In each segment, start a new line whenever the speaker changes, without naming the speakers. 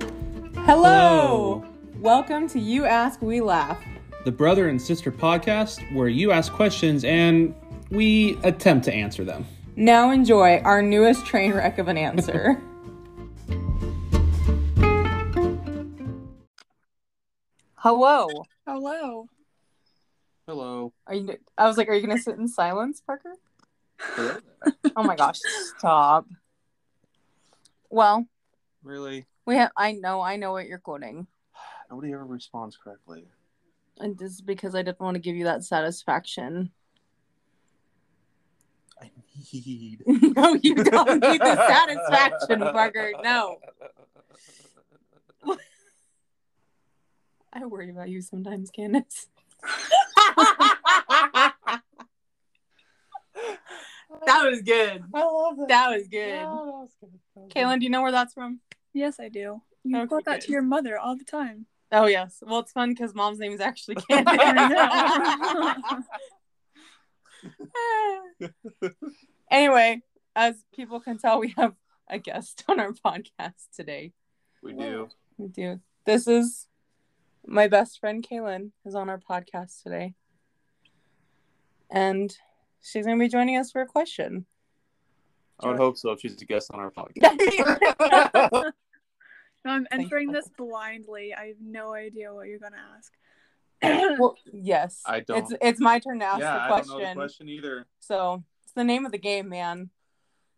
Hello.
Hello.
Welcome to You Ask, We Laugh.
the Brother and Sister podcast, where you ask questions and we attempt to answer them.
Now enjoy our newest train wreck of an answer. Hello.
Hello.
Hello.
Are you? I was like, are you gonna sit in silence, Parker?
Hello.
Oh my gosh, stop. Well,
Really?
we have. I know. I know what you're quoting.
Nobody ever responds correctly.
And this is because I didn't want to give you that satisfaction.
I need.
no, you don't need the satisfaction, Parker. No. I worry about you sometimes, Candace. that was good.
I love that.
Oh, That was good. Kaylin, do you know where that's from?
Yes, I do. You
Okay,
quote that
good.
to your mother all the time.
Oh yes. Well, it's fun because mom's name is actually
I
Candace.
know.
anyway, as people can tell, we have a guest on our podcast today.
We do.
We do. This is my best friend Kaylin is on our podcast today. And she's gonna be joining us for a question.
I would hope so if she's a guest on our podcast.
I
I'm entering
you.
this blindly. I have no idea what you're gonna ask.
well, yes.
I don't-
It's it's my turn to ask the question.
either.
So it's the name of the game, man.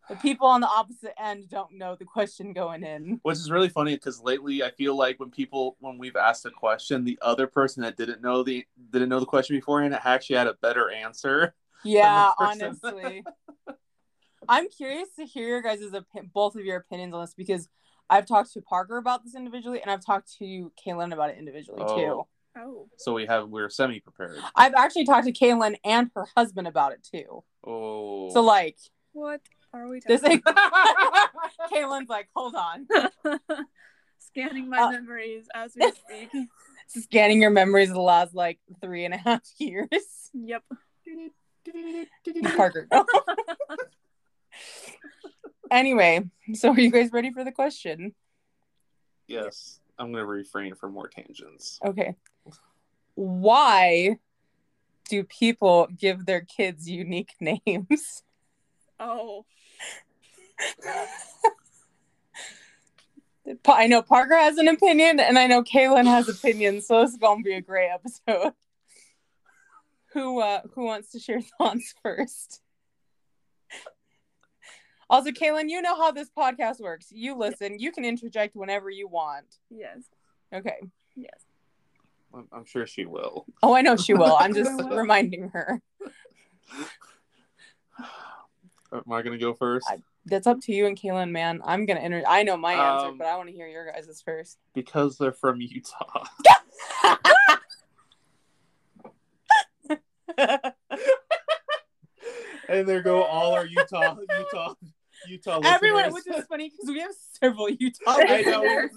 The people on the opposite end don't know the question going in.
which is really funny because lately I feel like when people when we've asked a question, the other person that didn't know the didn't know the question beforehand actually had a better answer.
Yeah,
person.
honestly. I'm curious to hear your guys' opi- both of your opinions on this because I've talked to Parker about this individually and I've talked to Kaylin about it individually too.
Oh.
oh.
So we have we're semi prepared.
I've actually talked to Kaylin and her husband about it too.
Oh,
So like
What are we talking
this ain't
about?
Kaylin's like, hold on.
Scanning my
Uh,
memories as we speak.
Scanning your memories of the last like three and a half years.
yep.
Parker. anyway, so are you guys ready for the question?
yes, I'm gonna refrain from more tangents.
Okay. Why do people give their kids unique names?
Oh.
Pa- I know Parker has an opinion, and I know Kaylin has opinions, so this is gonna be a great episode. Who uh, who wants to share thoughts first? Also, Kaylin, you know how this podcast works. You listen. You can interject whenever you want.
Yes.
Okay.
Yes.
I'm, I'm sure she will.
Oh, I know she will. I'm just
Well, well.
reminding her.
Am I gonna go first?
I- That's up to you and Kaylin, man. I'm gonna enter. I know my answer,
Um,
but I want to hear your guys's first.
Because they're from Utah. and there go all our Utah Utah Utah.
Everyone,
listeners.
which is funny because we have several Utah
I know.
listeners.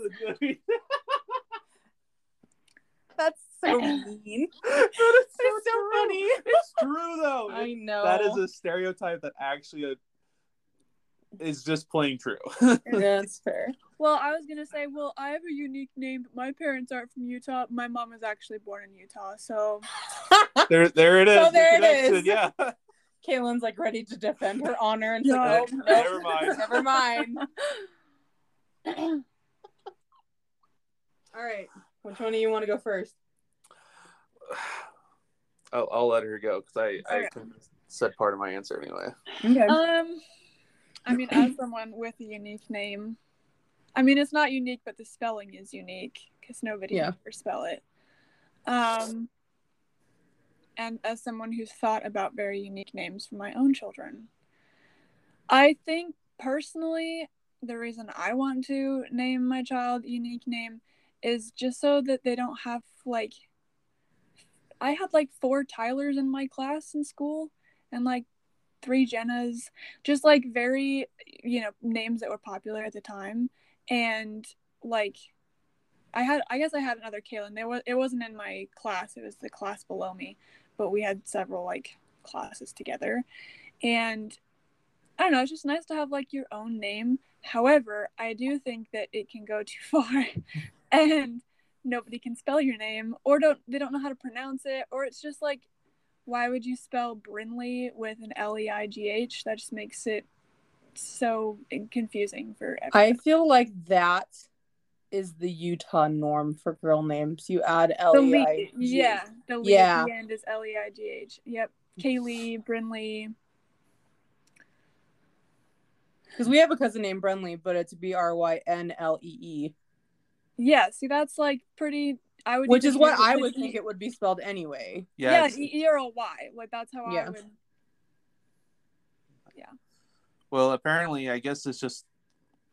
That's so mean.
that is so,
It's so
true.
funny.
It's true though.
I know.
That is a stereotype that actually uh, is just plain true.
That's fair.
Well, I was gonna say, well, I have a unique name. But my parents aren't from Utah. My mom was actually born in Utah, so
there, there it is.
So
the
there it
connection,
is.
Yeah.
Kaylin's like ready to defend her honor and she's
No.
like, nope, nope,
Oh, Never
never
mind.
mind. All right. Which one do you want to go first?
I'll, I'll let her go because I, I
Okay.
said part of my answer anyway.
Okay.
Um, I mean, as someone with a unique name, I mean it's not unique, but the spelling is unique because nobody
Yeah.
can ever spell it. Um, and as someone who's thought about very unique names for my own children, I think personally the reason I want to name my child a unique name is just so that they don't have like. I had like four Tylers in my class in school, and like three Jennas, just like very, you know, names that were popular at the time. And like, I had, I guess I had another Kaylin. There was, it wasn't in my class. It was the class below me, but we had several like classes together. And I don't know, it's just nice to have like your own name. However, I do think that it can go too far and nobody can spell your name or don't they don't know how to pronounce it or it's just like why would you spell Brinley with an L E I G H? That just makes it so confusing for
I
everyone.
feel like that is the Utah norm for girl names. You add L
the
E
lead,
I.
yeah, the lead
Yeah. Mm-hmm.
at the end is L E I G H. Yep, Kaylee Brinley.
Because we have a cousin named Brenly, but it's B R Y N L E E,
Yeah, see that's like pretty. I would,
which
even
is what
know
I
this
would
is-
think it would be spelled anyway.
Yeah,
Yeah.
E E or a Y. Like that's how
Yeah.
I would.
Well, apparently, I guess it's just,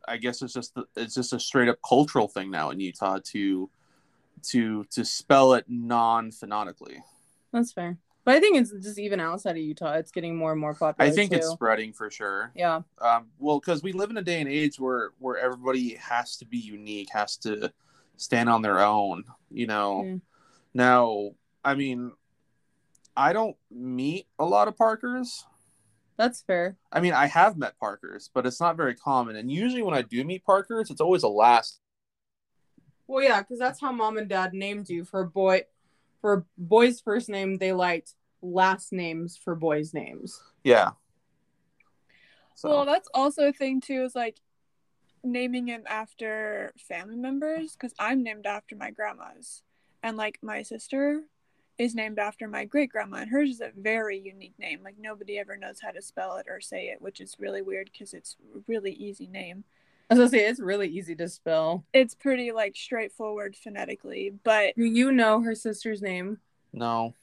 I guess it's just, it's just a straight up cultural thing now in Utah to, to to spell it non phonetically.
That's fair. But I think it's just even outside of Utah, it's getting more and more popular.
I think
too.
it's spreading for sure.
yeah.
um, well because we live in a day and age where where everybody has to be unique has to stand on their own you know
Mm.
now i mean i don't meet a lot of parkers
That's fair.
i mean i have met parkers but it's not very common and usually when i do meet parkers it's always a last
Well, yeah, because that's how mom and dad named you for boy, for boy's first name. They liked last names for boys' names.
yeah so
Well, that's also a thing too. Is like naming him after family members because I'm named after my grandma's, and like my sister is named after my great grandma, and hers is a very unique name. Like nobody ever knows how to spell it or say it, which is really weird because it's a really easy name.
As I say, it's really easy to spell.
It's pretty like straightforward phonetically, but
Do you know her sister's name?
no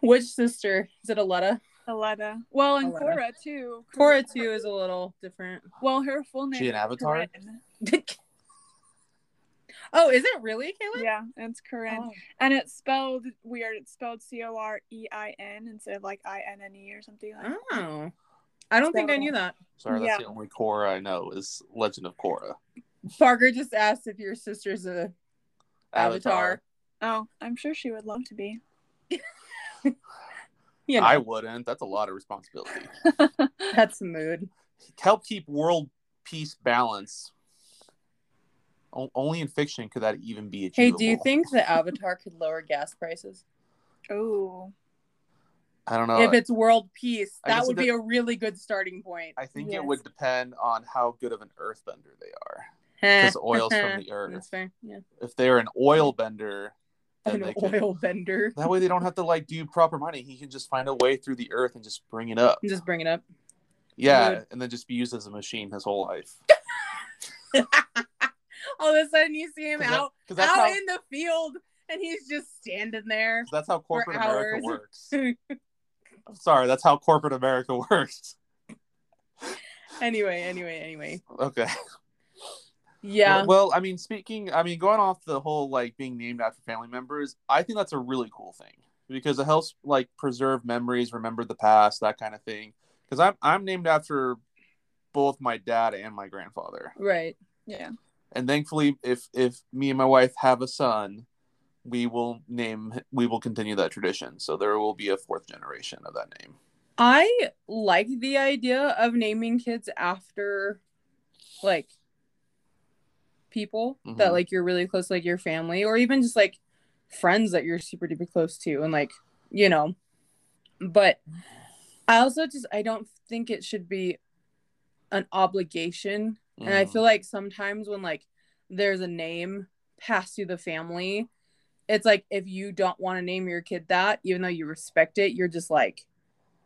Which sister? Is it Aletta?
Aletta. Well, and
Aletta.
Cora too.
Cora too is a little different.
Well, her full name.
She an
is
avatar?
Corinne.
oh, is it really, Kayla?
Yeah, it's Corinne.
Oh.
And it's spelled weird. It's spelled C O R E I N instead of like I N N E or something like that.
Oh. I don't think I knew that.
sorry that's
Yeah.
the only cora i know is legend of cora
Parker just asked if your sister's a avatar.
Oh, I'm sure she would love to be.
You know,
i wouldn't that's a lot of responsibility
that's the mood.
help keep world peace balance. O- only in fiction could that even be
Hey,
achievable.
do you think the Avatar could lower gas prices?
oh.
I don't know.
if it's world peace,
Uh, I
that
guess
would
it
be a really good starting point.
I think
Yes.
it would depend on how good of an earthbender they are,
Heh.
because
Uh-huh.
oil's from the
That's
earth.
fair. Yeah.
If they're an oil bender, then
An
they can.
oil bender.
That way, they don't have to like do proper mining. He can just find a way through the earth and just bring it up.
Just bring it up.
yeah,
Dude.
and then just be used as a machine his whole life.
All of a sudden, you see him
Because
out
that's,
out
how,
in the field, and he's just standing there.
'cause that's how corporate America
hours.
works. I'm sorry, that's how corporate America works.
anyway, anyway, anyway.
Okay.
Yeah.
Well, well, I mean, speaking, I mean, going off the whole like being named after family members, I think that's a really cool thing because it helps like preserve memories, remember the past, that kind of thing. Because I'm I'm named after both my dad and my grandfather,
right.
Yeah.
and thankfully, if if me and my wife have a son, we will name we will continue that tradition. So there will be a fourth generation of that name.
I like the idea of naming kids after like people that
Mhm.
like you're really close, like your family, or even just like friends that you're super duper close to, and like you know. But I also just I don't think it should be an obligation and I
Mm.
feel like sometimes when like there's a name passed through the family, it's like if you don't want to name your kid that, even though you respect it, you're just like,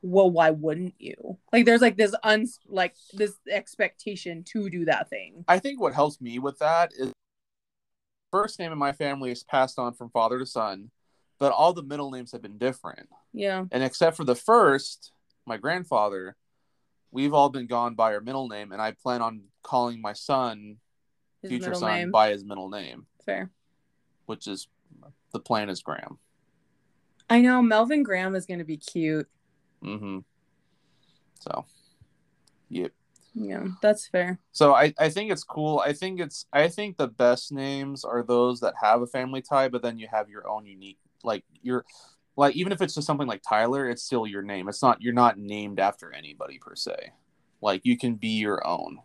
well, why wouldn't you? Like there's like this un like this expectation to do that thing.
I think what helps me with that is first name in my family is passed on from father to son, but all the middle names have been different.
Yeah.
And except for the first, my grandfather, we've all been gone by our middle name, and I plan on calling my son,
His
future
middle
son,
name.
by his middle name,
Fair.
which is the plan is Graham.
I know Melvin Graham is gonna be cute.
hmm So, yep.
Yeah, that's fair.
So I, I think it's cool. I think it's I think the best names are those that have a family tie, but then you have your own unique like your like even if it's just something like Tyler, it's still your name. It's not you're not named after anybody per se. Like you can be your own.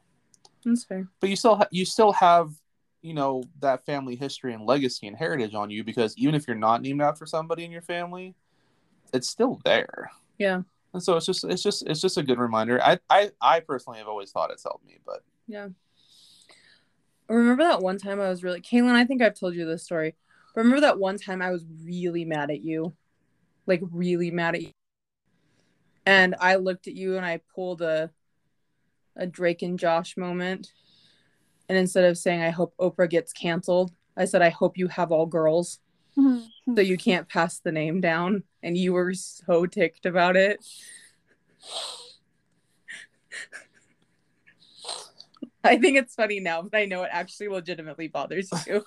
That's fair.
but you still ha- you still have you know that family history and legacy and heritage on you because even if you're not named after somebody in your family it's still there
Yeah.
and so it's just it's just it's just a good reminder i i, I personally have always thought it's helped me but
Remember that one time I was really Kaylin, I think I've told you this story. Remember that one time I was really mad at you? Like really mad at you. And I looked at you and I pulled a a Drake and Josh moment. And instead of saying I hope Oprah gets canceled, I said I hope you have all girls so you can't pass the name down and you were so ticked about it. I think it's funny now, but I know it actually legitimately bothers you.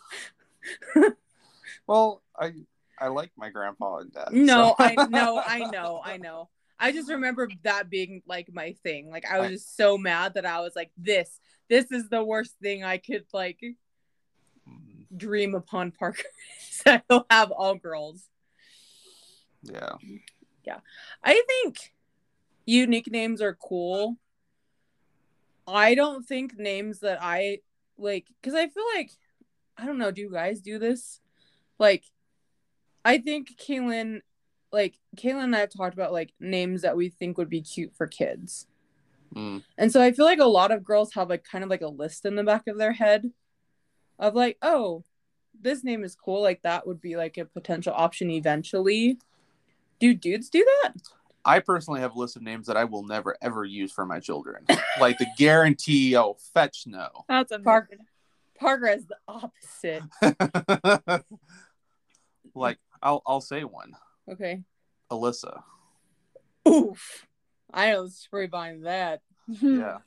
well i i like my grandpa and dad
No,
so-
I know, I know, I know. I just remember that being like my thing. Like I was
I-
just so mad that I was like, this, this is the worst thing I could like
Mm,
dream upon Parker. so I'll have all girls.
yeah
I think unique names are cool. I don't think names that I like because I feel like I don't know. Do you guys do this? Like, I think Kaylin, like Kaylin and I have talked about like names that we think would be cute for kids,
Mm,
and so I feel like a lot of girls have like kind of like a list in the back of their head of like, oh, this name is cool. Like that would be like a potential option eventually. Do dudes do that?
I personally have a list of names that I will never ever use for my children. like the guarantee, oh, fetch no.
That's amazing.
Park- Parker is the opposite.
like I'll I'll say one,
Okay.
Alyssa.
Oof. I know the story behind that. Hmm.
Yeah,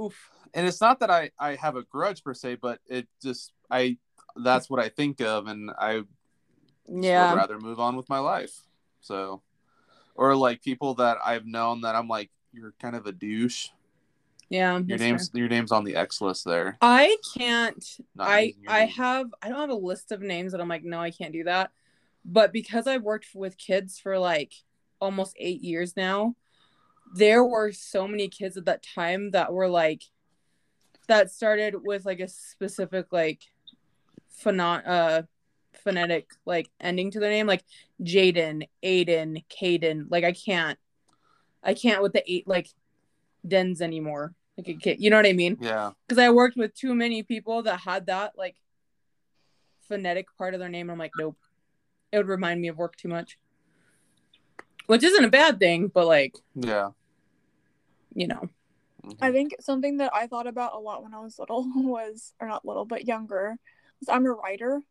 Oof.
and it's not that I I have a grudge per se, but it just I that's what I think of, and I would
Yeah.
rather move on with my life. So, or like people that I've known that I'm like, you're kind of a douche.
Yeah.
Your
that's
name's
fair.
your name's on the X list there.
I can't.
Not
I
using your
I
name.
have. I don't have a list of names that I'm like, no, I can't do that. But because I've worked with kids for like almost eight years now, there were so many kids at that time that were like, that started with like a specific like, phono- uh, phonetic like ending to their name, like Jaden, Aiden, Caden. Like I can't, I can't with the eight like dens anymore. Like a kid, you know what I mean?
Yeah,
because I worked with too many people that had that like phonetic part of their name. I'm like, nope. It would remind me of work too much, which isn't a bad thing, but like
yeah.
you know,
Mhm.
I think something that I thought about a lot when I was little was, or not little, but younger, was I'm a writer.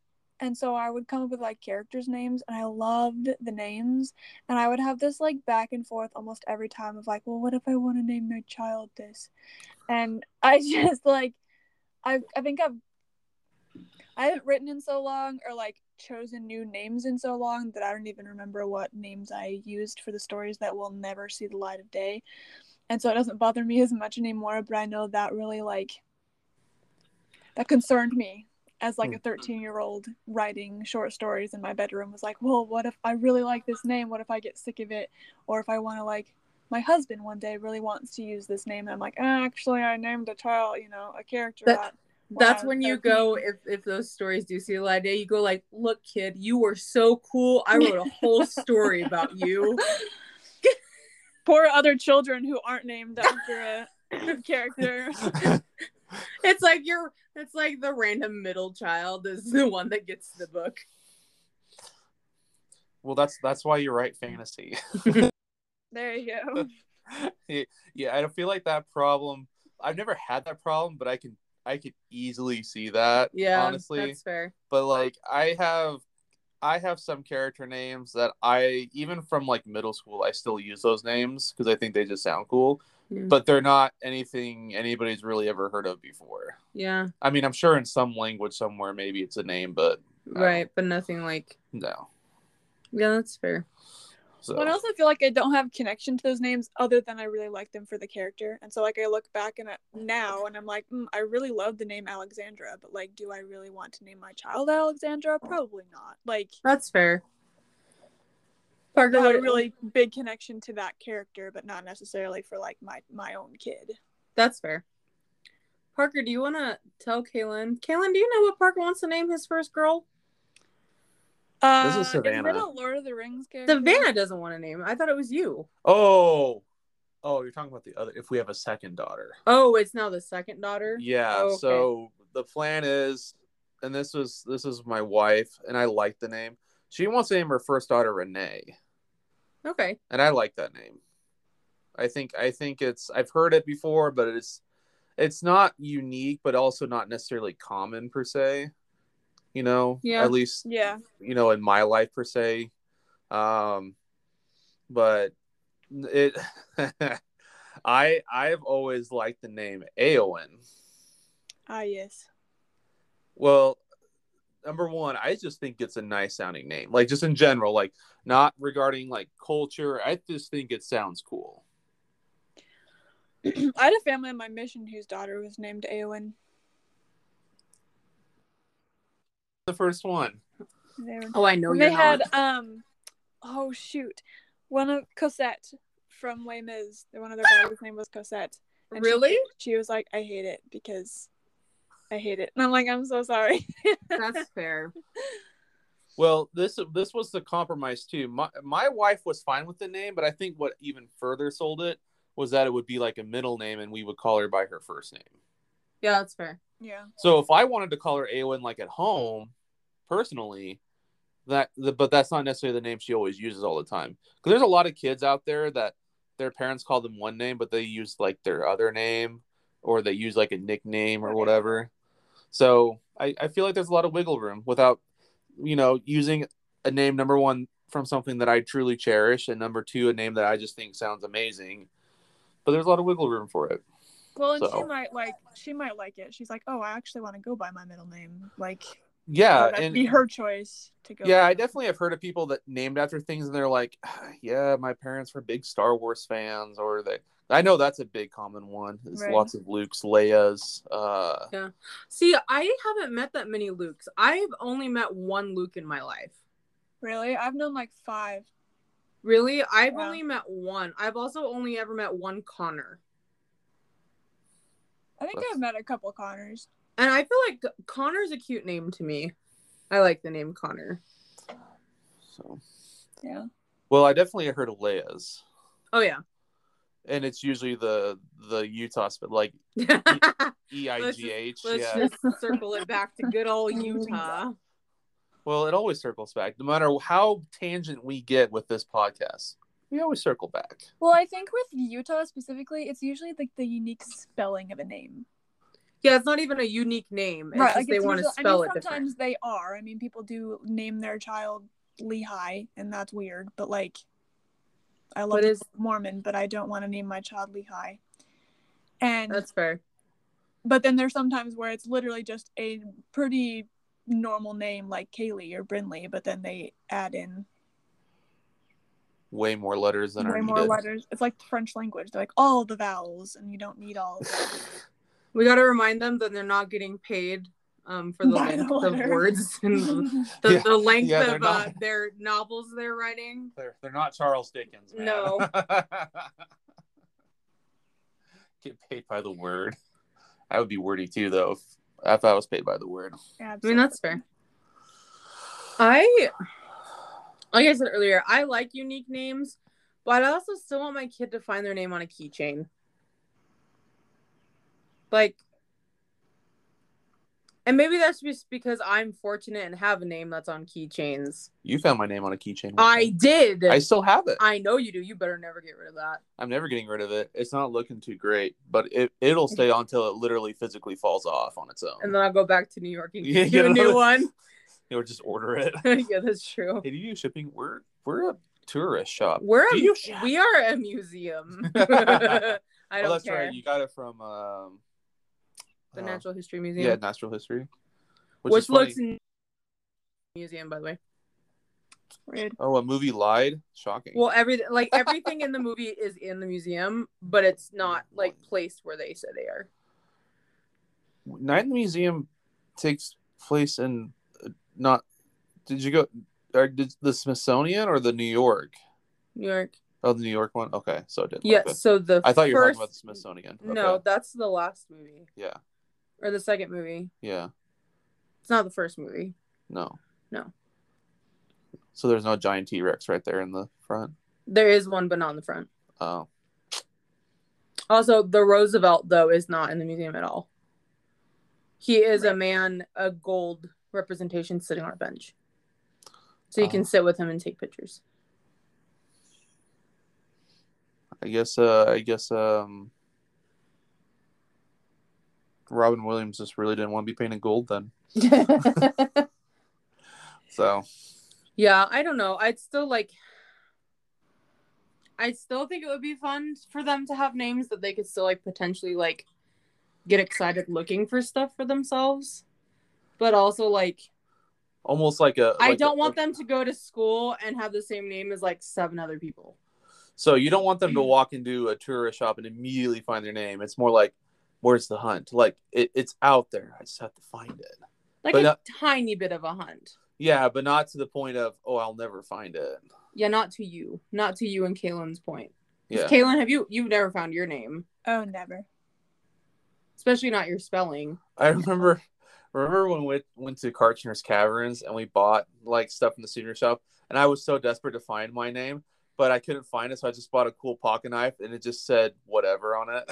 And so I would come up with like characters' names, and I loved the names. And I would have this like back and forth almost every time of like, well, what if I want to name my child this? And I just like, I I think I've I haven't written in so long, or like chosen new names in so long that I don't even remember what names I used for the stories that will never see the light of day and so it doesn't bother me as much anymore but i know that really like that concerned me as like a 13 year old writing short stories in my bedroom was like well what if i really like this name what if i get sick of it or if i want to like my husband one day really wants to use this name and i'm like ah, actually i named a child you know a character
That-
that when I
that's
was
when you
13."
go. If if those stories do see the light of day, you go like, look, kid, you were so cool. I wrote a whole story about you.
poor other children who aren't named after a character
Mm-hmm.
It's like you're. It's like the random middle child is the one that gets the book.
well, that's that's why you write fantasy.
there you go
yeah, I don't feel like that problem. I've never had that problem, but I can I could easily see that.
Yeah,
honestly,
that's fair.
but like I have I have some character names that I even from like middle school I still use those names because I think they just sound cool,
Yeah.
but they're not anything anybody's really ever heard of before.
Yeah,
I mean, I'm sure in some language somewhere maybe it's a name, but No.
right, but nothing like.
no.
Yeah, that's fair.
So
Well, I also feel like I don't have connection to those names other than I really like them for the character. And so, like, I look back and at now and I'm like, mm, I really love the name Alexandra, but like, do I really want to name my child Alexandra? Probably not. Like,
That's fair.
I
Parker,
have a
what-
really big connection to that character, but not necessarily for like my my own kid.
That's fair. Parker, do you want to tell Kaylin? Kaylin, do you know what Parker wants to name his first girl?
Uh,
is Savannah.
Is it a Lord of the Rings character?
Savannah doesn't want to name. It. I thought it was you.
Oh, oh, you're talking about the other. If we have a second daughter,
Oh, it's now the second daughter.
yeah.
Oh, okay.
So the plan is, and this was this is my wife, and I like the name. She wants to name her first daughter Renee,
Okay.
and I like that name. I think I think it's I've heard it before, but it's it's not unique, but also not necessarily common per se. You know,
Yeah.
At least
Yeah.
you know in my life per se um but it i i've always liked the name aowen
Ah, yes.
well number one i just think it's a nice sounding name like just in general like not regarding like culture i just think it sounds cool
I had a family on my mission whose daughter was named Aowen.
the first one
They were
Oh, I know
they
you're
had
not.
um oh shoot one of cosette from Les Mis, the one of their guys' name was cosette and she-
Really?
she, was like i hate it because i hate it and i'm like i'm so sorry
That's fair.
well this this was the compromise too my, my wife was fine with the name but i think what even further sold it was that it would be like a middle name and we would call her by her first name
Yeah, that's fair.
yeah
So if I wanted to call her Awen like at home, personally, that the, but that's not necessarily the name she always uses all the time. Because there's a lot of kids out there that their parents call them one name, but they use like their other name or they use like a nickname or
Okay.
whatever. So I, I feel like there's a lot of wiggle room without you know using a name number one from something that I truly cherish and number two a name that I just think sounds amazing. But there's a lot of wiggle room for it.
well and she
So-
might like she might like it she's like oh i actually want to go by my middle name like
Yeah,
that'd
and
be her choice to go
yeah
by.
i definitely have heard of people that named after things and they're like "Ah, yeah my parents were big star wars fans or they i know that's a big common one there's
Right.
lots of luke's leia's uh
See, I haven't met that many Lukes. I've only met one Luke in my life.
really i've known like five
Really? I've
Yeah.
only met one. I've also only ever met one Connor.
i think
That's-
i've met a couple connors
And I feel like Connor's a cute name to me. I like the name Connor.
so
yeah
well i definitely heard of leia's
Oh yeah.
and it's usually the the utah but like E
Let's
e-i-g-h yeah
just circle it back to good old Utah.
well it always circles back no matter how tangent we get with this podcast we always circle back
well i think with utah specifically it's usually like the unique spelling of a name
Yeah, it's not even a unique name. It's
right,
just
like
they
it's
want
usually-
to spell
I mean,
it
sometimes
different.
they are. I mean, people do name their child Lehi, and that's weird. But like, I love
What
the
is-
Mormon, but I don't want to name my child Lehi. And
That's fair.
but then there's sometimes where it's literally just a pretty normal name like Kaylee or Brinley, but then they add in
way more letters than
way
are
more
needed.
letters. It's like the French language. They're like all the vowels, and you don't need all. Of them.
We got to remind them that they're not getting paid um, for the
By the
length of
letter.
words and the, the,
Yeah.
the length
Yeah, they're
of uh,
not.
their novels they're writing.
They're they're not Charles Dickens, man.
No.
Get paid by the word. I would be wordy too, though, if, if I was paid by the word.
I mean, that's fair. I, like I said earlier, I like unique names, but I also still want my kid to find their name on a keychain. Like, and maybe that's just because I'm fortunate and have a name that's on keychains.
You found my name on a keychain. one
I
time.
did.
I
I,
still have it.
know you do. You better never get rid of that.
I'm never getting rid of it. It's not looking too great, but it it'll stay on until it literally physically falls off on its own.
And then I'll go back to New York and
Yeah,
get you a
get
new
another-
one.
You'll just order it.
yeah, that's true.
Hey, do you do shipping? We're we're a tourist shop.
We're a,
do you-
we are a museum. I
Oh,
don't
oh, that's
care.
right. You got it from um,
the
uh,
Natural History Museum,
yeah, natural history,
which,
is funny.
looks n- museum by the way.
Rude.
Oh, a movie lied? Shocking.
Well, everything like everything in the movie is in the museum, but it's not like placed where they said they are.
Night in the Museum takes place in uh, not. Did you go? Or did the Smithsonian or the New York?
New York.
Oh, the New York one. Okay, so it did.
Yeah.
Okay.
So the
I thought you were
first,
talking about the Smithsonian. Okay.
No, that's the last movie.
Yeah.
or the second movie.
Yeah.
It's not the first movie.
No.
No.
So there's no giant T Rex right there in the front.
There is one, but not in the front.
Oh.
Also, the Roosevelt though is not in the museum at all. He is a man, a gold representation sitting on a bench. So you
Oh.
can sit with him and take pictures.
I guess uh I guess um Robin Williams just really didn't want to be painted gold then. So
yeah, I don't know. I'd still like I still think it would be fun for them to have names that they could still like potentially like get excited looking for stuff for themselves. But also like
almost like a
I
like
don't
a-
want them to go to school and have the same name as like seven other people.
So you don't want them
Mm.
to walk into a tourist shop and immediately find their name. It's more like where's the hunt? Like it, it's out there. I just have to find it.
Like
But
a
not-
tiny bit of a hunt.
Yeah, but not to the point of oh I'll never find it.
Yeah, not to you. Not to you and Kaylin's point.
Yeah.
Kaylin, have you you've never found your name?
Oh, never.
Especially not your spelling.
I remember remember when we went to Karchner's Caverns and we bought like stuff in the souvenir shop and I was so desperate to find my name, but I couldn't find it, so I just bought a cool pocket knife and it just said whatever on it.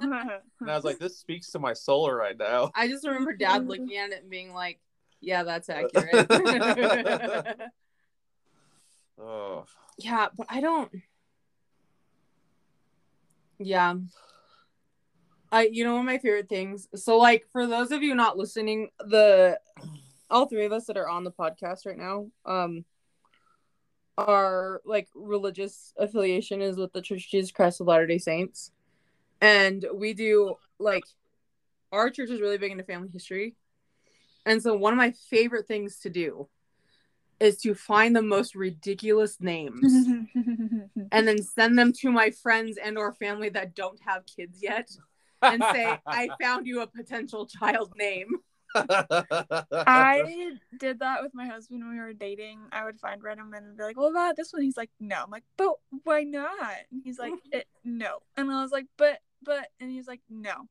And I was like, this speaks to my soul right now.
I just remember dad looking at it and being like, yeah, that's accurate.
Oh.
yeah, but I don't. Yeah. I you know one of my favorite things. So like for those of you not listening, the all three of us that are on the podcast right now, um our like religious affiliation is with the Church of Jesus Christ of Latter-day Saints. And we do like our church is really big into family history. And so one of my favorite things to do is to find the most ridiculous names and then send them to my friends and or family that don't have kids yet and say i found you a potential child name
I did that with my husband when we were dating. I would find random men and be like, "What about this one?" He's like, "No." I'm like, "But why not?" And he's like, it, "No." And I was like, "But, but," and he's like, "No."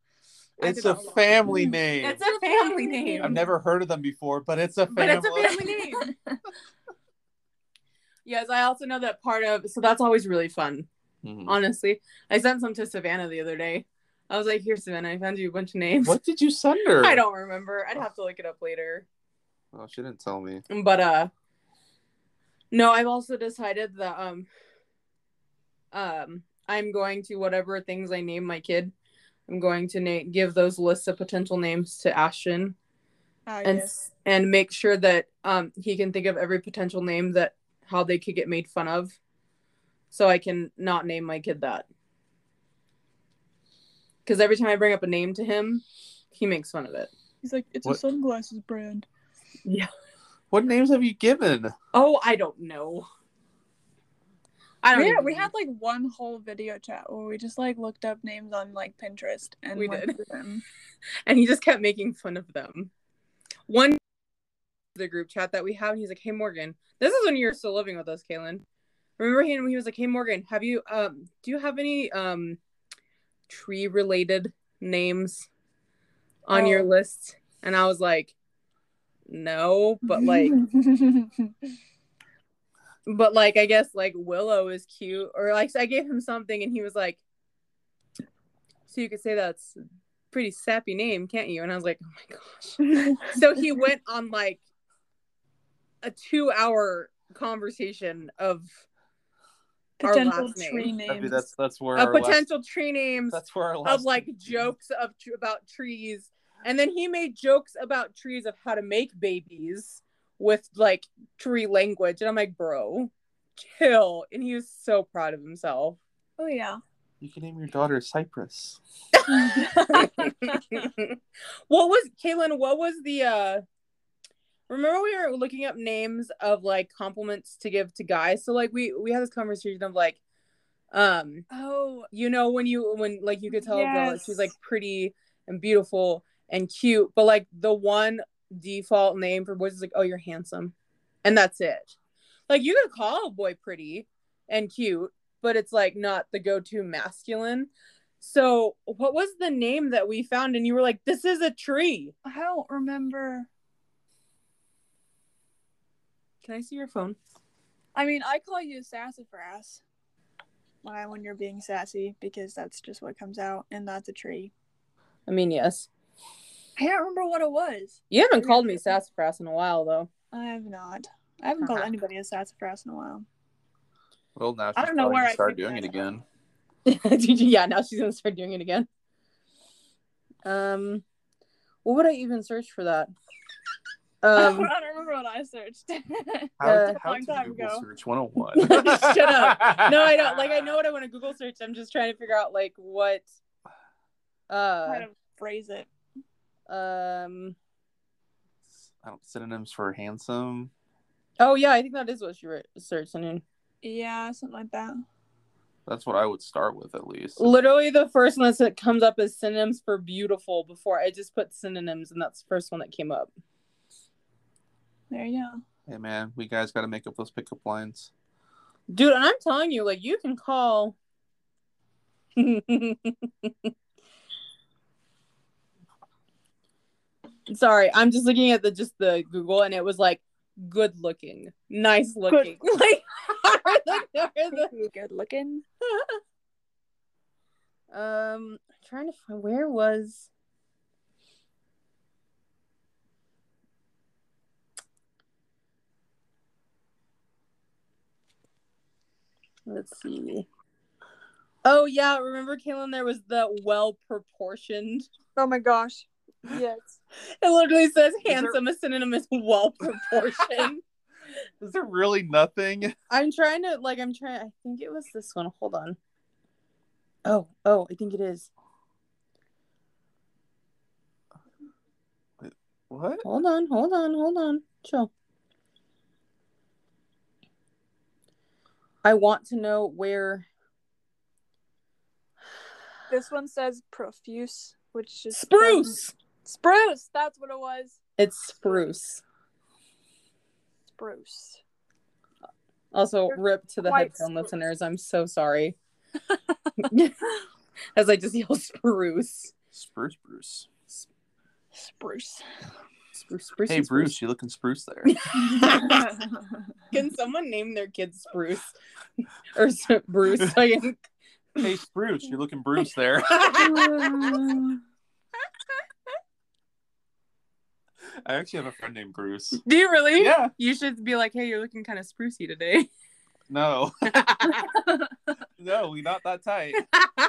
I
It's
did
a
that lot.
family
Mm.
name.
it's a family name
I've never heard of them before, but it's a family.
but it's a family name yes i also know that part of so that's always really fun
Mhm.
honestly i sent some to savannah the other day i was like here savannah i found you a bunch of names
What did you send her?
i don't remember i'd have to look it up later
Oh, she didn't tell me.
but uh no i've also decided that um um i'm going to whatever things i name my kid i'm going to na- give those lists of potential names to ashton
Oh,
and
yes.
s and make sure that um he can think of every potential name that how they could get made fun of so i can not name my kid that because every time i bring up a name to him he makes fun of it
He's like, "It's
What-
a sunglasses brand."
What names have you given?
oh i don't know i don't
yeah,
even
we
know.
had like one whole video chat where we just like looked up names on like Pinterest and
We
went
did.
through them.
and he just kept making fun of them. One the group chat that we have, and he's like, "Hey Morgan, this is when you were still living with us, Kaylin. Remember him? He was like, "Hey Morgan, have you um do you have any um tree related names on your
Oh.
list?" And I was like, "No, but like, but like, I guess like Willow is cute, or like so I gave him something, and he was like, "So you could say that's." a Pretty sappy name, can't you? And I was like, oh my gosh so he went on like a two hour conversation of Our
potential
last name.
tree
I mean,
names.
that's that's where
of
our
potential tree
last,
names
that's where our last
of like jokes of tr- about trees and then he made jokes about trees of how to make babies with like tree language and i'm like bro chill and he was so proud of himself
Oh yeah.
You can name your daughter Cypress.
what was Kaylin? What was the uh remember we were looking up names of like compliments to give to guys? So like we we had this conversation of like um
Oh
you know when you when like you could tell a girl like, she's
Yes.
like pretty and beautiful and cute, but like the one default name for boys is like, oh you're handsome. And that's it. Like you could call a boy pretty and cute, but it's like not the go-to masculine. So, what was the name that we found? And you were like, "This is a tree."
I don't remember.
Can I see your phone?
I mean, I call you sassafras when I when you're being sassy because that's just what comes out, and that's a tree.
I mean, yes.
I can't remember what it was.
You haven't called me sassafras in a while, though.
I have not. I haven't called anybody a sassafras in a while.
Well, now
I
she's
don't know
probably
where
gonna
I
start
picked
doing
that
it
up.
again.
yeah, now she's gonna start doing it again. Um, what would I even search for that? Um,
I don't remember what I searched.
How,
Uh,
how
long
to
time
Google
ago.
search 101.
Shut up. no, I don't. Like, I know what I want to Google search. I'm just trying to figure out like what.
How
Uh,
to phrase it.
um.
I don't synonyms for handsome.
Oh yeah, I think that is what she wrote, searched. I mean,
Yeah, something like that.
That's what I would start with at least.
literally the first one that comes up is synonyms for beautiful. Before I just put synonyms, and that's the first one that came up.
There you go.
Hey man, we guys got to make up those pickup lines.
dude and i'm telling you like you can call sorry i'm just looking at the just the google and it was like good looking nice looking like
You good looking.
um I'm trying to find where was let's see oh yeah remember kaylin there was the well proportioned
Oh my gosh. Yes.
it literally says
there-
handsome a synonym is well proportioned
Is there really nothing?
i'm trying to like i'm trying i think it was this one hold on oh oh i think it is
What?
Hold on, hold on, hold on. Chill. I want to know where
This one says profuse, which is
spruce.
Spruce. That's what it was.
It's spruce.
Spruce.
Also, rip to the
Quite
headphone
spruce.
listeners. I'm so sorry. As I just yell spruce.
Spruce, Bruce.
Spruce.
Spruce, spruce.
Hey
and
Bruce,
spruce.
you looking spruce there?
Can someone name their kid Spruce or s- Bruce? I can-
hey Spruce, you looking Bruce there? I actually have a friend named Bruce.
Do you really?
Yeah.
You should be like, hey, you're looking kind of sprucey today.
No, no, we not that tight.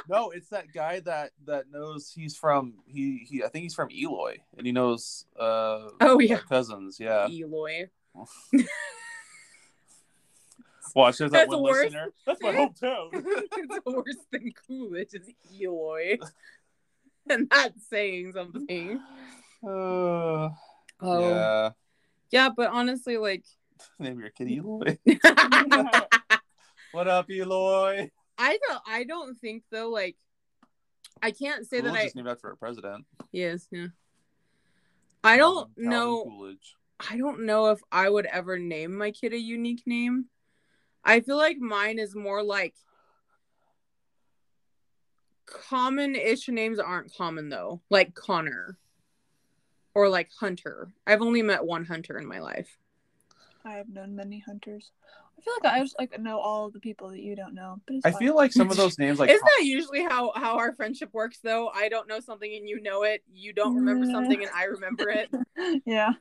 No, it's that guy that that knows he's from he he. I think he's from Eloy, and he knows uh
Oh, yeah.
our cousins. Yeah,
Eloy.
watch. There's
That's
that one
the worst.
listener. That's my hometown.
it's worse than Coolidge is Eloy. and that's saying something.
Uh,
Oh. Yeah,
Yeah,
but honestly, like
name your kid Eloy.
I
What up, Eloy?
don't I don't think though, like I can't say
Coolidge
that I
is named after our president.
Yes, yeah. I don't
Calvin
know
Coolidge.
I don't know if I would ever name my kid a unique name. I feel like mine is more like common ish names that aren't common though, like Connor or like Hunter. I've only met one Hunter in my life.
I have known many hunters. I feel like I just like know all of the people that you don't know. But it's
I
fine.
feel like some of those names, like
Isn't that usually how how our friendship works though? I don't know something and you know it. You don't remember
Yeah.
something and I remember it.
yeah.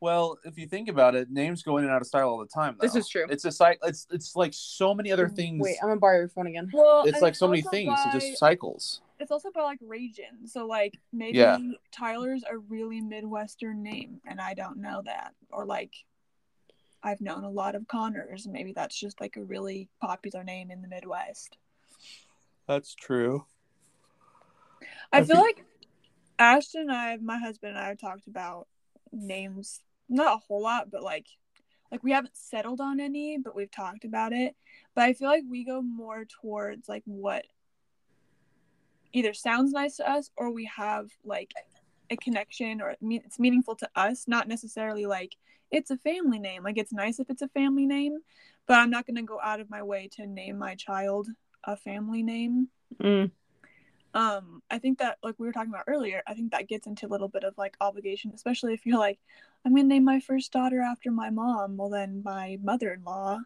well, if you think about it, names go in and out of style all the time. Though.
This is true.
It's a cy- It's it's like so many other things.
Wait, I'm gonna borrow your phone again.
Well,
it's
and
like so many
also
things. It
by-
just cycles.
it's also by like region. So like maybe
Yeah.
Tyler's a really Midwestern name, and I don't know that. Or like I've known a lot of Connors. and Maybe that's just like a really popular name in the Midwest.
That's true.
I,
I
feel
think-
like Ashton and I, my husband and I, have talked about names not a whole lot, but like like we haven't settled on any, but we've talked about it. But I feel like we go more towards like what either sounds nice to us or we have like a connection or it mean- it's meaningful to us, not necessarily like it's a family name. Like it's nice if it's a family name, but I'm not going to go out of my way to name my child a family name.
Mm.
um i think that like we were talking about earlier i think that gets into a little bit of like obligation especially if you're like i'm gonna name my first daughter after my mom well then my mother-in-law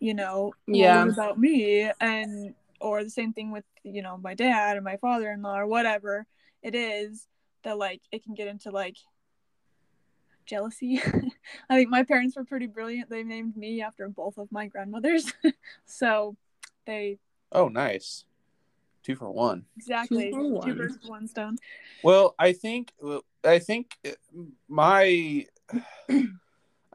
you know well,
Yeah.
what about me and or the same thing with you know my dad or my father-in-law or whatever it is that like it can get into like jealousy i think my parents were pretty brilliant they named me after both of my grandmothers so they
Oh, nice. Two for one.
exactly
for one.
two birds with one stone
Well, I think I think eh, my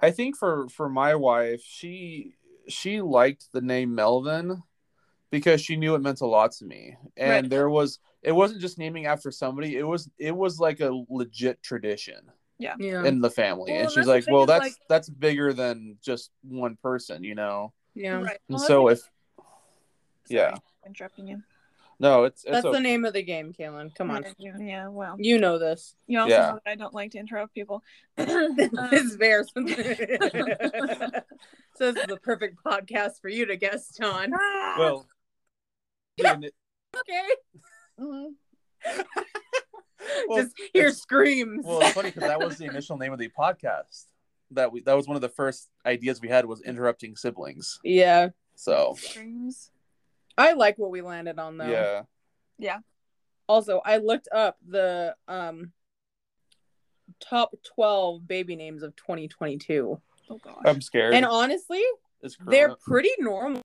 I think for for my wife, she she liked the name Melvin because she knew it meant a lot to me. And
Right.
there was it wasn't just naming after somebody, it was it was like a legit tradition
Yeah.
in the family.
Well,
and
and
she's
that's the
like,
thing
"Well,
is,
that's
like-
that's bigger than just one person, you know."
yeah.
right
And
Well,
so
that's-
if yeah.
sorry, I'm interrupting you
no, it's it's
That's
okay.
the name of the game, Kaylin. Come on.
yeah well
You know this.
you also
Yeah.
know that i don't like to interrupt people
it's
Um,
fair. so this is the perfect podcast for you to guest on.
ah,
well
Okay.
Mhm.
Well,
Mm-hmm. Just hear
it's-
screams.
Well, it's funny because that was the initial name of the podcast. That we that was one of the first ideas we had was interrupting siblings.
yeah.
So
Dreams.
I like what we landed on though.
yeah,
Also, I looked up the um top 12 baby names of 2022.
oh gosh
I'm scared.
And honestly,
Is Corona,
they're pretty normal.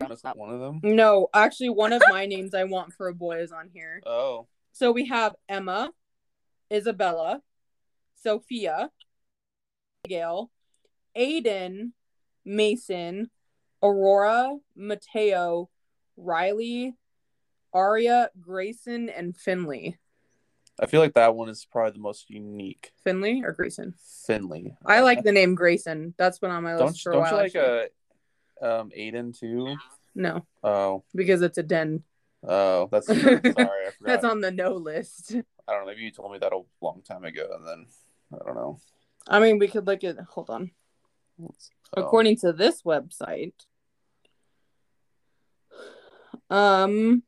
Corona's not one of them.
No, actually one of my names I want for a boy is on here.
Oh,
So we have Emma, Isabella, Sophia, Gail, Aiden, Mason, Aurora, Mateo, Riley, Aria, Grayson, and Finley.
I feel like that one is probably the most unique.
Finley or Grayson?
Finley. Uh,
I like the name Grayson. That's been on my list for
Don't you,
a
don't
while.
you like uh,
actually.
a um Aiden too?
No,
Oh
because it's a den.
oh, that's sorry. I forgot.
That's on the no list.
I don't know. Maybe you told me that a long time ago, and then I don't know.
I mean, we could look at. Hold on.
Oh.
According to this website, um,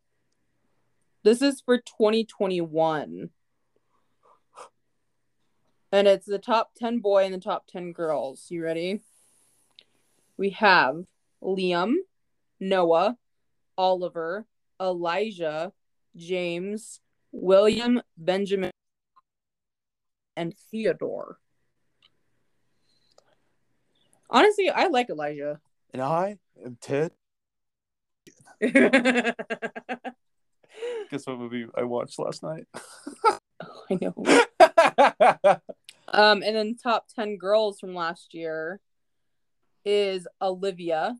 this is for 2021. And it's the top 10 boy and the top 10 girls. You ready? We have Liam, Noah, Oliver, Elijah, James, William, Benjamin, and Theodore. Honestly, I like Elijah.
Oh. and I am Ted.
I
Guess what movie I watched last night?
know. Um, and then top ten girls from last year is Olivia,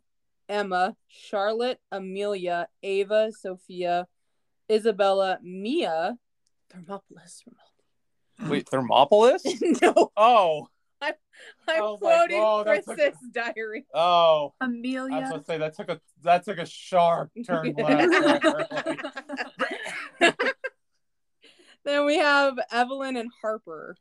Emma, Charlotte, Amelia, Ava, Sophia, Isabella, Mia, Thermopolis.
Wait, Thermopolis?
no,
Oh,
I'm
Oh my
quoting
God, that's like a-
Chris's diary.
oh. I was
amelia
gonna say that took a that took a sharp turn left.
then we have Evelyn and Harper.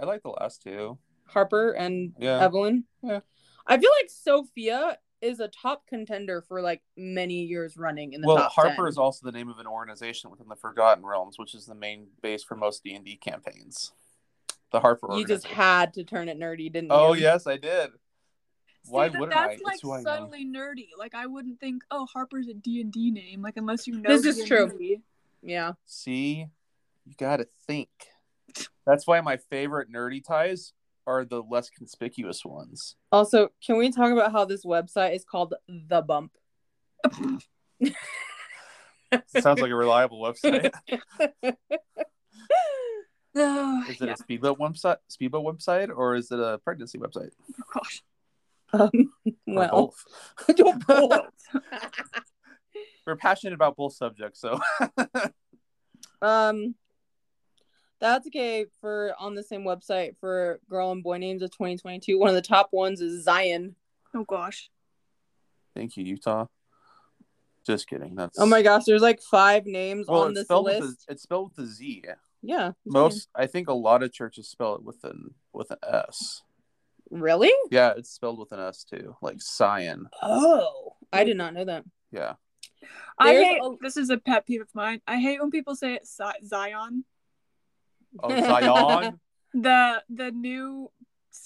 I like the last two.
Harper and
Yeah.
Evelyn.
Yeah.
I feel like Sophia is a top contender for like many years running in the
well,
top
Harper
10.
is also the name of an organization within the Forgotten Realms, which is the main base for most D and D campaigns. The Harper.
You just
organization.
had to turn it nerdy, didn't you?
Oh yes, I did. Why
See, that-
wouldn't I?
that's
It's
like
who I know.
subtly nerdy. Like I wouldn't think, oh, Harper's a D and D name. Like unless you know.
This is true.
D&D.
Yeah.
See, you got to think. That's why my favorite nerdy ties are the less conspicuous ones.
Also, can we talk about how this website is called The Bump?
Sounds like a reliable website.
Um,
Oh,
Is it
yeah.
a speedboat website, speedboat website, or is it a pregnancy website?
oh, gosh.
um,
Or
well,
both?
both.
we're passionate about both subjects, so
um, that's okay for on the same website for girl and boy names of 2022. One of the top ones is Zion.
Oh gosh.
thank you, Utah. Just kidding. That's
Oh my gosh, there's like five names
Well,
on
it's
this
spelled
list.
with a, it's spelled with a Z.
Yeah.
Most, I think, a lot of churches spell it with an with an S.
Really?
Yeah, it's spelled with an S too, like Cyan.
Oh, I did not know that.
Yeah,
I
There's
hate.
a-
this is a pet peeve of mine. I hate when people say it's Zi- Zion.
Oh, Zion.
The the new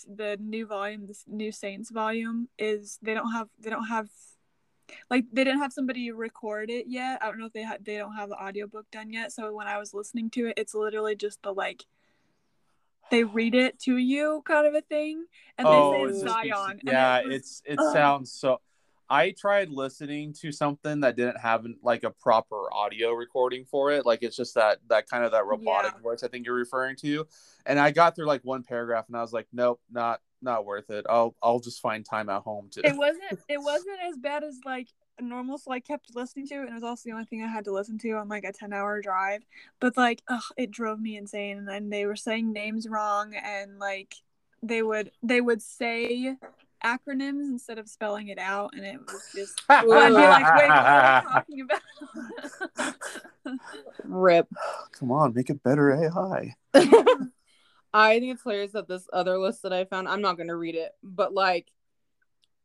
the new volume, this new Saints volume is they don't have they don't have like they didn't have somebody record it yet. I don't know if they had they don't have the audiobook done yet. So when I was listening to it, it's literally just the like they read it to you kind of a thing, and
oh,
they
it's
say
just
Zion.
BC
and
yeah,
it was-
it's it
ugh.
sounds so. I tried listening to something that didn't have like a proper audio recording for it. Like it's just that that kind of that robotic voice I think you're referring to. And I got through like one paragraph and I was like, nope, not not worth it. I'll I'll just find time at home to.
it wasn't it wasn't as bad as like normal so i kept listening to it and it was also the only thing i had to listen to on like a 10 hour drive but like ugh, it drove me insane and then they were saying names wrong and like they would they would say acronyms instead of spelling it out and it was just i'd be like wait what are you talking about
Rip.
Come on, make it better AI.
I think it's hilarious that this other list that I found, I'm not going to read it, but like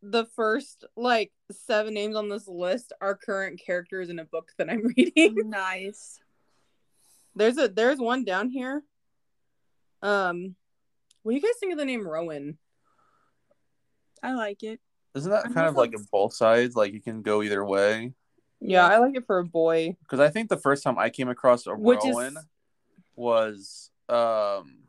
the first like seven names on this list are current characters in a book that I'm reading.
nice
There's a there's one down here. Um what do you guys think of the name Rowan?
i like it
Isn't that
I'm
kind of
also-
like in both sides? Like you can go either way.
Yeah, I like it for a boy.
Because I think the first time I came across a
Which is-
Rowan was um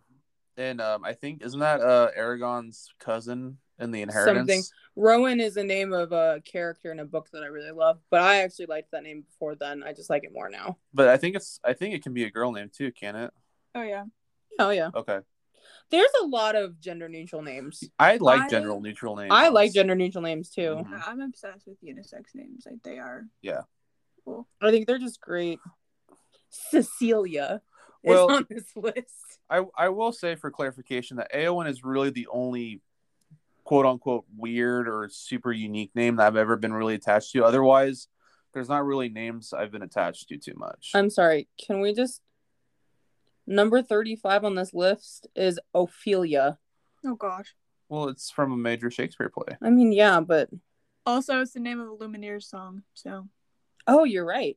and um I think isn't that uh Aragon's cousin in the inheritance?
Something. Rowan is the name of a character in a book that I really love, but I actually liked that name before then. I just like it more now.
But I think it's I think it can be a girl name too, can it?
oh yeah
Oh yeah.
Okay.
There's a lot of gender neutral names.
I like
I-
general neutral names.
I like gender neutral names too.
Mhm.
i'm obsessed with unisex names like they are
Yeah.
cool
I think they're just great. Cecilia
Well-
is on this list.
I I will say for clarification that Aowen is really the only quote unquote weird or super unique name that I've ever been really attached to. Otherwise, there's not really names I've been attached to too much.
I'm sorry. Can we just number 35 on this list is Ophelia.
oh gosh
Well, it's from a major Shakespeare play.
I mean, yeah, but
Also, it's the name of a Lumineers song. So
oh, you're right.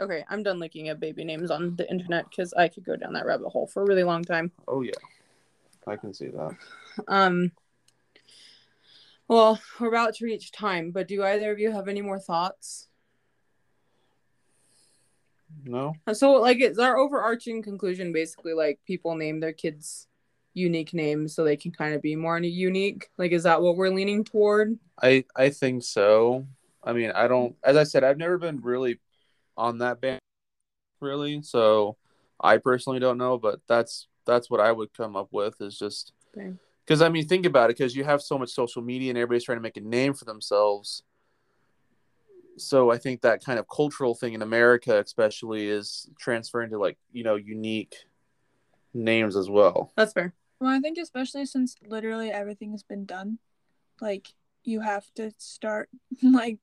Okay, I'm done looking at baby names on the internet because I could go down that rabbit hole for a really long time.
Oh yeah, I can see that.
Um, well, we're about to reach time, but do either of you have any more thoughts?
No,
So, like, it's our overarching conclusion basically like people name their kids unique names so they can kind of be more unique. Like, is that what we're leaning toward?
I I think so. I mean, I don't. As I said, I've never been really on that band, really. So I personally don't know, but that's that's what I would come up with is just
Okay.
because I mean, think about it. Because you have so much social media and everybody's trying to make a name for themselves. So I think that kind of cultural thing in America, especially, is transferring to like you know unique names as well.
That's fair.
well, I think especially since literally everything has been done, like you have to start like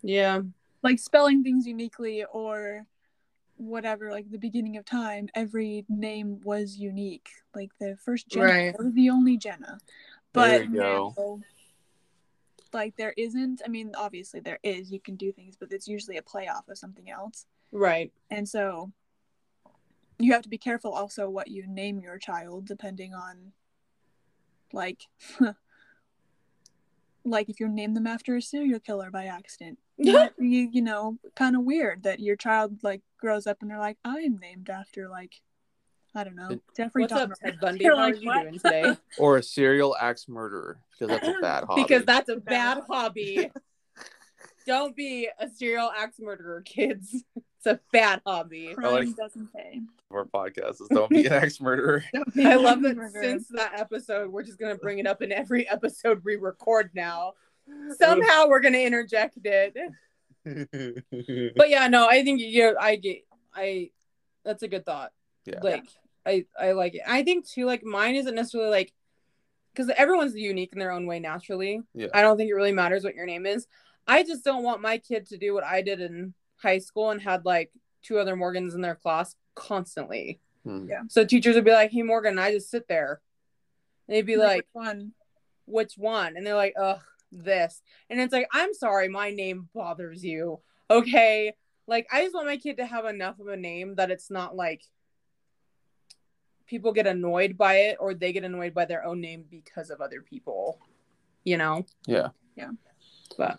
Yeah.
like spelling things uniquely or whatever. Like the beginning of time, every name was unique. Like the first Jenna
Right.
was the only Jenna,
There
but
you go.
now, like there isn't. I mean, obviously there is. You can do things, but it's usually a playoff of something else.
Right.
And so you have to be careful also what you name your child depending on like like if you name them after a serial killer by accident. that you you know, kind of weird that your child like grows up and they're like I am named after like I don't know,
It-
Jeffrey
What's up,
Dahmer."
Ted Bundy?
You're
How are
like,
you
"What?"
doing today?
Or a serial axe murderer because that's a bad hobby.
because that's a
Bad
bad hobby. Don't be a serial axe murderer, kids. It's a bad hobby.
Crime
like-
doesn't pay.
of our podcast is don't be an axe murderer.
I love that since that episode, we're just gonna bring it up in every episode we record now. Somehow we're gonna interject it. But yeah, no, I think you. I get. I. That's a good thought.
yeah.
like I I like it. I think too like mine isn't necessarily like because everyone's unique in their own way naturally.
Yeah.
I don't think it really matters what your name is. I just don't want my kid to do what I did in high school and had like two other Morgans in their class constantly.
Hmm.
Yeah.
So teachers would be like, "Hey Morgan," and I just sit there. And they'd be like,
one
"Which one?" And they're like, "Ugh, this. And it's like, I'm sorry, my name bothers you. Okay. Like, I just want my kid to have enough of a name that it's not like people get annoyed by it or they get annoyed by their own name because of other people, you know?
Yeah.
Yeah.
But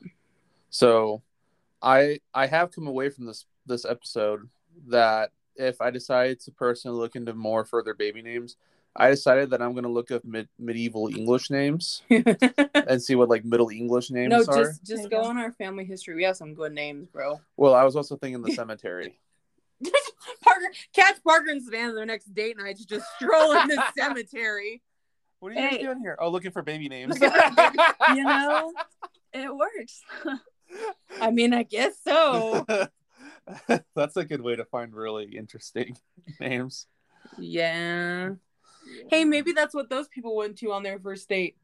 So, I I have come away from this this episode that if I decide to personally look into more further baby names, I decided that I'm going to look up mid- medieval English names and see what like Middle English names
no,
are.
just just go on our family history. We have some good names, bro.
Well, I was also thinking the cemetery.
Parker, catch Parker and Savannah their next date nights just strolling the cemetery.
What are you guys
Hey.
doing here? Oh, looking for baby names.
Looking for baby-
you know, it works.
I mean, I guess so.
That's a good way to find really interesting names.
yeah. Hey, maybe that's what those people went to on their first date.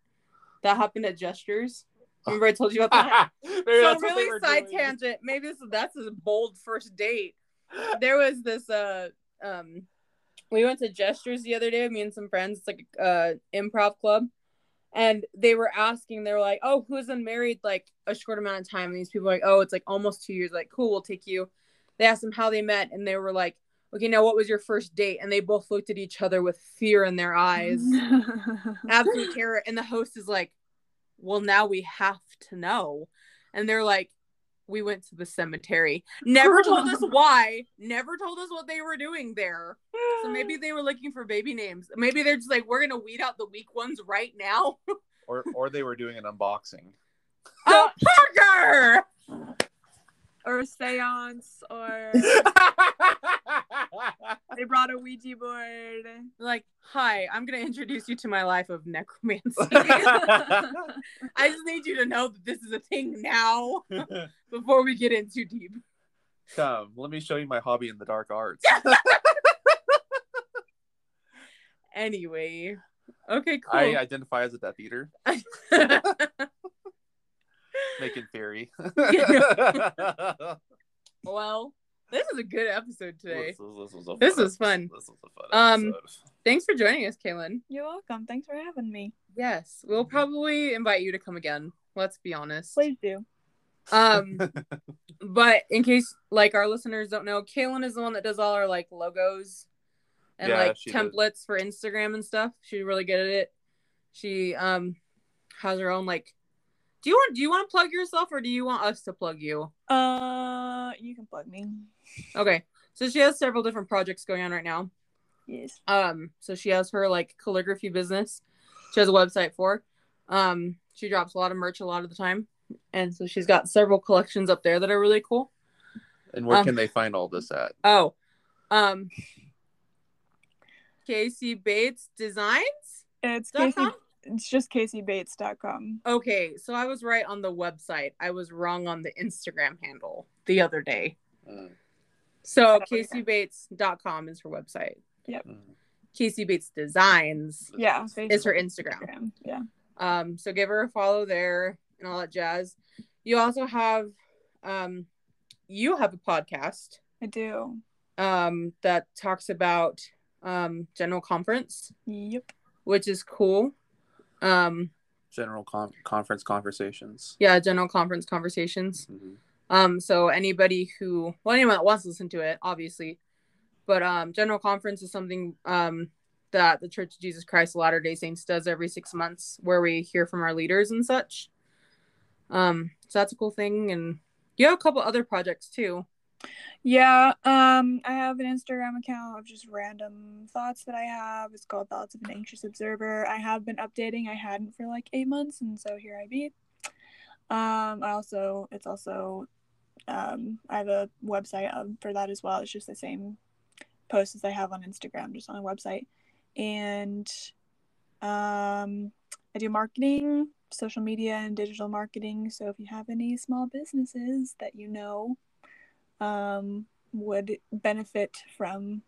That happened at Gestures. Remember I told you about
Ah,
that?
Maybe
so
that's what they were
really side
doing.
tangent. Maybe this that's a bold first date. There was this uh um we went to Gestures the other day, me and some friends, it's like a uh, improv club. And they were asking, they were like, Oh, who's been married like a short amount of time? And these people were like, Oh, it's like almost two years, like, cool, we'll take you. They asked them how they met and they were like, Okay, now what was your first date? And they both looked at each other with fear in their eyes absolute terror. And the host is like, Well, now we have to know. And they're like, We went to the cemetery. Never told us why, never told us what they were doing there. So maybe they were looking for baby names. Maybe they're just like, We're going to weed out the weak ones right now.
Or or they were doing an unboxing.
oh, Parker!
or a seance, or they brought a Ouija board.
Like, hi, I'm going to introduce you to my life of necromancy. I just need you to know that this is a thing now before we get in too deep.
Come, let me show you my hobby in the dark arts.
Anyway, okay, cool.
I identify as a Death Eater, making theory.
well, this is a good episode today.
was, was a
This
fun
was fun.
episode. This was a fun
Um,
episode.
Thanks for joining us, Kaylin.
You're welcome. Thanks for having me.
Yes, we'll probably invite you to come again. Let's be honest.
Please do.
Um, but in case like our listeners don't know, Kaylin is the one that does all our like logos and
Yeah,
like
she does.
templates for Instagram and stuff. She's really good at it. She um has her own like. Do you want do you want to plug yourself or do you want us to plug you?
Uh, you can plug me.
Okay, so she has several different projects going on right now.
Yes.
Um, so she has her like calligraphy business. She has a website for. Um, she drops a lot of merch a lot of the time, and so she's got several collections up there that are really cool.
and where
um,
can they find all this at?
Oh, um, Casey Bates Designs.
It's
dot
Casey.
com?
It's just CaseyBates.com.
Okay, so I was right on the website. I was wrong on the Instagram handle the other day.
Mm,
So CaseyBates.com is her website.
mm.
Casey Bates Designs
Yeah.
is her
Facebook,
Instagram.
Instagram. Yeah.
Um, so give her a follow there and all that jazz. You also have, um, you have a podcast
I do.
um, that talks about um, general conference,
Yep.
which is cool. Um,
General con- conference conversations.
yeah, general conference conversations.
Mhm.
Um, so anybody who, well, anyone that wants to listen to it, obviously, but um, general conference is something um, that the Church of Jesus Christ of Latter Day Saints does every six months, where we hear from our leaders and such. Um, so that's a cool thing, and you have a couple other projects too.
Yeah. Um, I have an Instagram account of just random thoughts that I have. It's called Thoughts of an Anxious Observer. I have been updating. I hadn't for like eight months, and so here I be. Um, I also it's also um, I have a website um, for that as well. It's just the same posts as I have on Instagram, just on a website. And um, I do marketing, social media, and digital marketing. So if you have any small businesses that you know um, would benefit from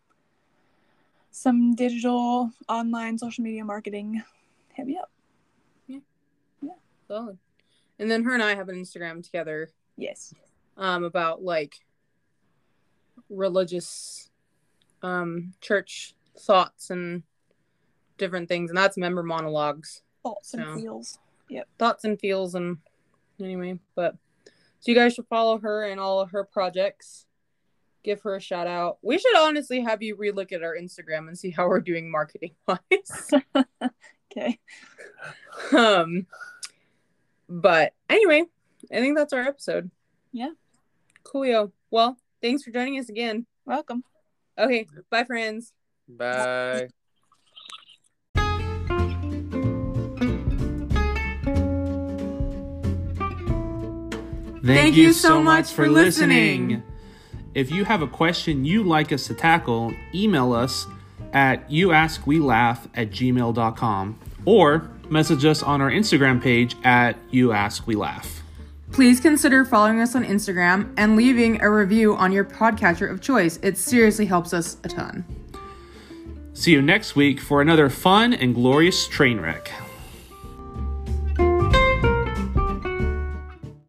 some digital online social media marketing, hit me up.
Solid. And then her and I have an Instagram together
Yes.
um, about like religious um, church thoughts and different things, and that's member monologues.
Thoughts and
So-
feels.
thoughts and feels and anyway, but so you guys should follow her and all of her projects. Give her a shout out. We should honestly have you relook at our Instagram and see how we're doing marketing wise.
okay.
um, but anyway, I think that's our episode.
Yeah.
Coolio. Well, thanks for joining us again.
Welcome.
Okay, bye, friends.
Bye.
Thank, you, so much for listening. If you have a question you'd like us to tackle, email us at youaskwelaugh at gmail.com or message us on our Instagram page at youaskwelaugh.
Please consider following us on Instagram and leaving a review on your podcatcher of choice. It seriously helps us a ton.
See you next week for another fun and glorious train wreck.